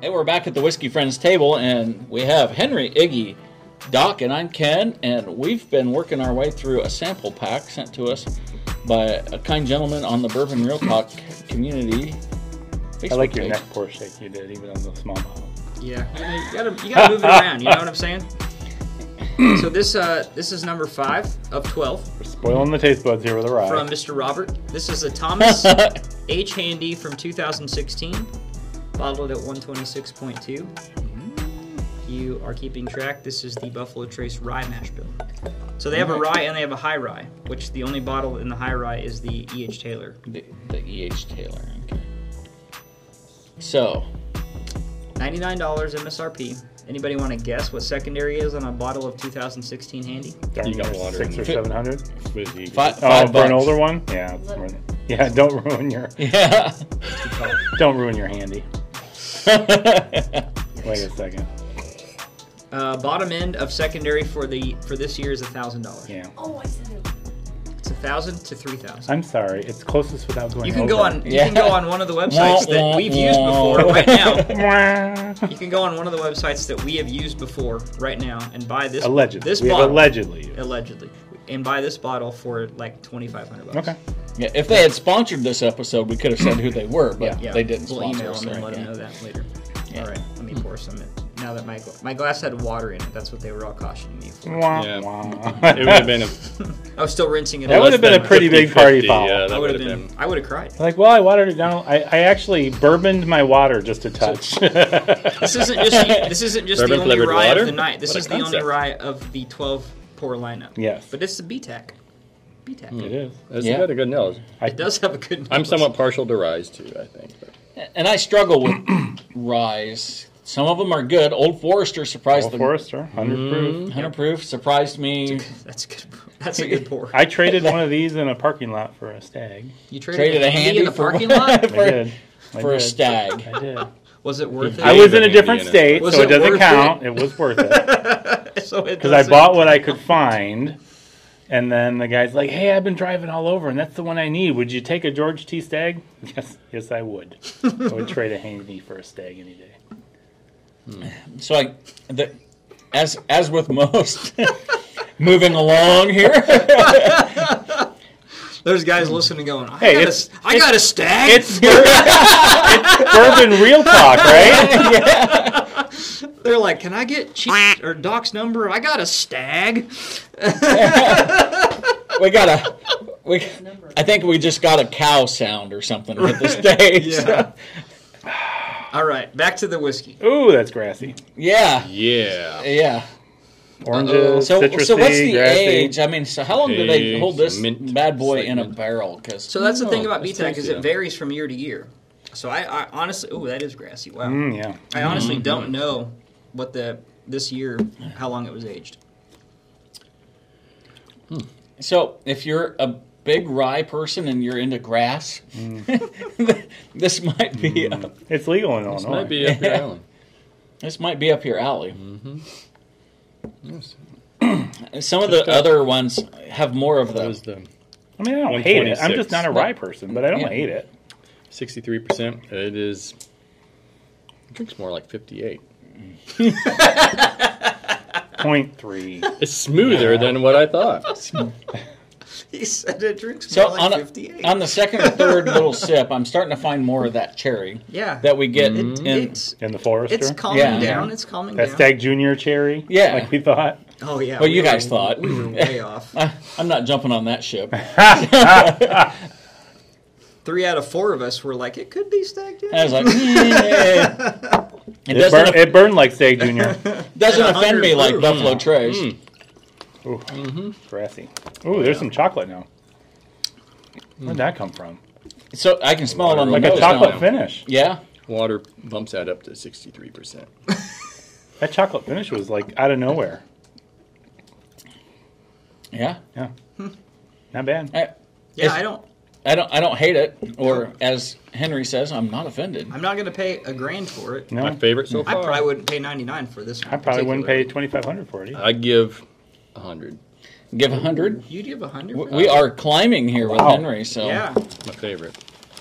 Hey, we're back at the Whiskey Friends table, and we have Henry, Iggy, Doc, and I'm Ken, and we've been working our way through a sample pack sent to us by a kind gentleman on the Bourbon Real Talk community. I Facebook like your page. neck pour shake you did, even on the small bottle. Yeah, I mean, you gotta you gotta move it around. You know what I'm saying? so this uh this is number five of twelve We're spoiling the taste buds here with a rye. from Mr. Robert. This is a Thomas H. Handy from 2016, bottled at 126.2. You are keeping track. This is the Buffalo Trace Rye Mash Bill. So they have a rye and they have a high rye, which the only bottle in the high rye is the E. H. Taylor. the, the E.H. Taylor. Okay. So, $99 MSRP. Anybody want to guess what secondary is on a bottle of 2016 Handy? Darn You got near water Six in or it. seven hundred. What is he? five, Oh, five for bucks. an older one? Yeah. it's more than- Yeah, don't ruin your Yeah. don't ruin your handy. Wait a second. Uh, bottom end of secondary for the for this year is thousand dollars. Yeah. Oh, I said it. It's a thousand to three thousand. I'm sorry. It's closest without going. You can go on. You Yeah. can go on one of the websites that wah, we've used wah. before right now. on. You can go on one of the websites that we have used before right now and buy this allegedly. This we have bottle allegedly. used. allegedly and buy this bottle for like twenty five hundred bucks. Okay. Yeah, if they had sponsored this episode, we could have said who they were, but Yeah, they didn't We'll sponsor email us. them and right? let them Yeah. know that later. Yeah. All right, let me pour some. in. Now that my gla- my glass had water in it, that's what they were all cautioning me for. Wah, Yeah. wah. It would have been a. I was still rinsing it. That out. would have been a pretty big 50-50, party foul. Yeah, I that would have been. been. I would have cried. Like, well, I watered it down. I, I actually bourboned my water just a touch. This isn't just this isn't just the Bourbon only flavored rye water? of the night. This What a is the only concept. rye of the twelve pour lineup. Yes. Hmm. but it's the BTAC. BTAC. It is. It's Yeah. got a good nose. E It does have a good. I'm nose. somewhat partial to Rise too. I think. But And I struggle with rise. Some of them are good. Old Forester surprised Old the Forester, 100 proof. 100 proof surprised me. That's a good. That's a good pour. I traded one of these in a parking lot for a stag. You Traded a handy in the for- parking lot. I did. I for a did. stag. I did. Was it worth it? I was in a Handy different in it. state, Was so it it doesn't worth count. It? was worth it So it because I doesn't- bought what I could find, and then the guy's like, "Hey, I've been driving all over, and that's the one I need. Would you take a George T. Stag?" Yes, yes, I would. I would trade a Handy for a stag any day. So I, the, as as with most, moving along here. There's guys listening going. I Hey, got, it's- a, I got a stag. It's, bur- it's bourbon real talk, right? They're like, can I get cheese or Doc's number? I got a stag. we got a we. I think we just got a cow sound or something at the stage. Yeah. All right, back to the whiskey. Ooh, that's grassy. yeah, yeah. yeah. Oranges, So citrusy, so what's the grassy. age? I mean, so how long do they Age, hold this mint bad boy in a segment. barrel? Because So that's the thing about that's BTAC is tasty. it varies from year to year. So I, I honestly, oh, that is grassy. Wow. Mm, yeah. I honestly don't know what the this year how long it was aged. So if you're a big rye person and you're into grass, this might be uh, It's legal in This Illinois. might be up your alley. this might be up your alley. Mm-hmm. Yes. And Some of the other ones have more of That was those. the I mean, I don't hate it. I'm just 126. not a rye person, but I don't Yeah. hate it. 63 percent. It is. It drinks more like 58. Point three. It's smoother than what I thought. He said it drinks So more on, like a, 58. on the second or third little sip, I'm starting to find more of that cherry yeah. that we get Mm-hmm. in. it's In the Forester. it's calming Yeah. down. It's calming that down. Stag Junior cherry. Yeah. Like we thought. Oh yeah. Well, we you were- guys thought. we were way off. I, I'm not jumping on that ship. Three out of four of us were like, it could be stacked. I was like, "Yeah." it It, doesn't, burn, it burned like Stag Junior. doesn't at offend me 100 like Mm. proof. Buffalo Trace. Ooh, grassy. Ooh, there's some chocolate now. Where'd that come from? So I can smell it on the Like nose a chocolate now. finish. Yeah, Water bumps that up to 63 percent. That chocolate finish was like out of nowhere. yeah. Yeah. Hmm. Not bad. I- yeah, it's- I don't. I don't I don't hate it, or as Henry says, I'm not offended. I'm not gonna pay a grand for it. No. My favorite so I far. probably wouldn't pay 99 for this. One I probably wouldn't pay twenty particularly. five hundred for it. either. I give 100. Give a hundred. You'd give 100. W- We are climbing here with Wow. Henry, so Yeah. My favorite.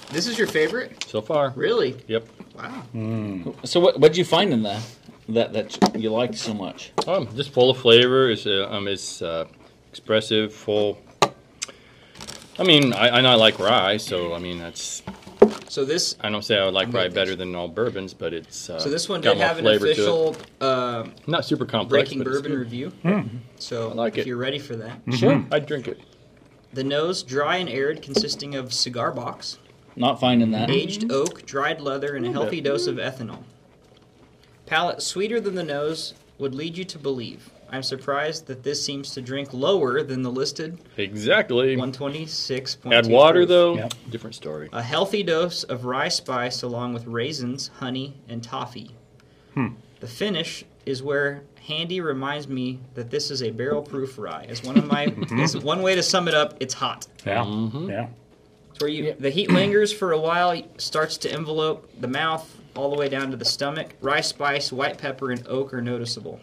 This is your favorite? so far. Really? Yep. Wow. So what what'd you find in that that that you liked so much? Um, just full of flavor. It's uh, um, it's uh, expressive, full. I mean, I, I know I like rye, so I mean that's. So this I don't say I would like I'm rye with better this. than all bourbons, but it's. Uh, so this one got did more have an flavor to it. official uh, Not super complex. breaking but it's bourbon good. review. So I like if it. you're ready for that. Hmm. Sure. I'd drink it. The nose, dry and arid, consisting of cigar box, Not finding Hmm. that. aged oak, dried leather, and a healthy dose of ethanol. Palate sweeter than the nose would lead you to believe. I'm surprised that this seems to drink lower than the listed Exactly. 126. Add water though. Yep. Different story. A healthy dose of rye spice along with raisins, honey, and toffee. The finish is where Handy reminds me that this is a barrel proof rye. It's one of my it's one way to sum it up, it's hot. Yeah. Mm-hmm. Yeah. It's where you the heat lingers for a while, starts to envelope the mouth all the way down to the stomach. Rye spice, white pepper, and oak are noticeable.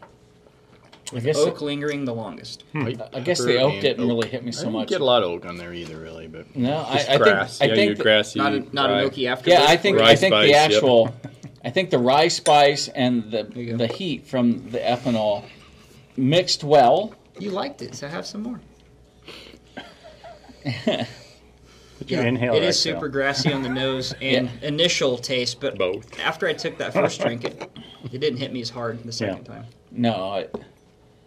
I guess Oak lingering the longest. Hmm. I guess the oak didn't really hit me so I didn't much. get a lot of oak on there either, really, but No, I, I just think grass. I yeah, think your th- grassy. Not a, not a rye. milky after. yeah, I think Rye I think spice, the yep. actual I think the rye spice and the you go. the heat from the ethanol mixed well. you liked it, so have some more. Did you inhale It or is exhale? super grassy on the nose and initial taste, but Both. after I took that first drink, it, it didn't hit me as hard the second time. No, I-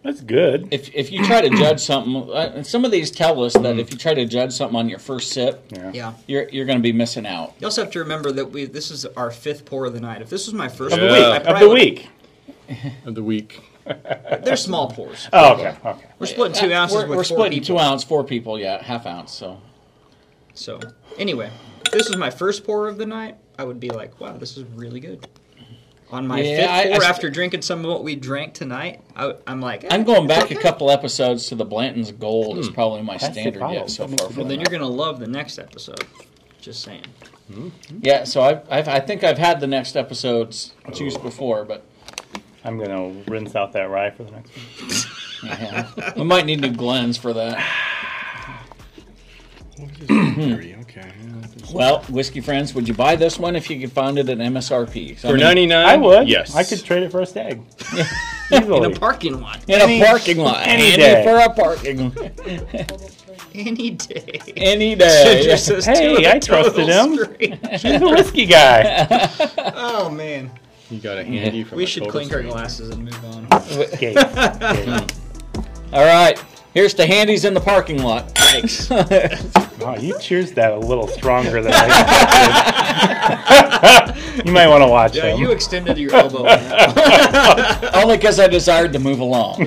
That's good. if if you try to judge something, uh, some of these tell us that if you try to judge something on your first sip, Yeah. Yeah. you're you're going to be missing out. You also have to remember that we this is our fifth pour of the night. If this was my first Of the pour, week. I Of probably the would- week. of the week. They're small pours. Oh, okay. Okay. We're splitting two ounces Uh, We're, with we're four splitting people. two ounce, four people. Yeah, half ounce. So So anyway, if this was my first pour of the night, I would be like, wow, this is really good. On my Yeah, fifth I- I pour st- after drinking some of what we drank tonight, I, am like, eh, I'm going back a okay. couple episodes to the Blanton's Gold. Hmm. Is probably my That's the standard problem. yet so That makes far. it For Well, the then you're gonna love the next episode. Just saying. yeah, so I've, I've I think I've had the next episode's juice Oh. before, but I'm going to rinse out that rye for the next one. yeah. we might need new Glens for that. Hmm. okay. Well, whiskey friends, would you buy this one if you could find it at MSRP? So, I For mean, ninety nine, I would. Yes, I could trade it for a stag. Easily. In a parking lot, in any- a parking lot, any Handy day. for a parking any day. any day. Just says two Hey, of the I trusted totals. him. Great. He's a whiskey guy. oh man, you got a handy from. we a should total clink our stranger. glasses and move on. Okay. All right, here's to handies in the parking lot. Thanks. Wow, you cheers that a little stronger than I did. you might want to watch Yeah, him. you extended your elbow. on that. Only because I desired to move along.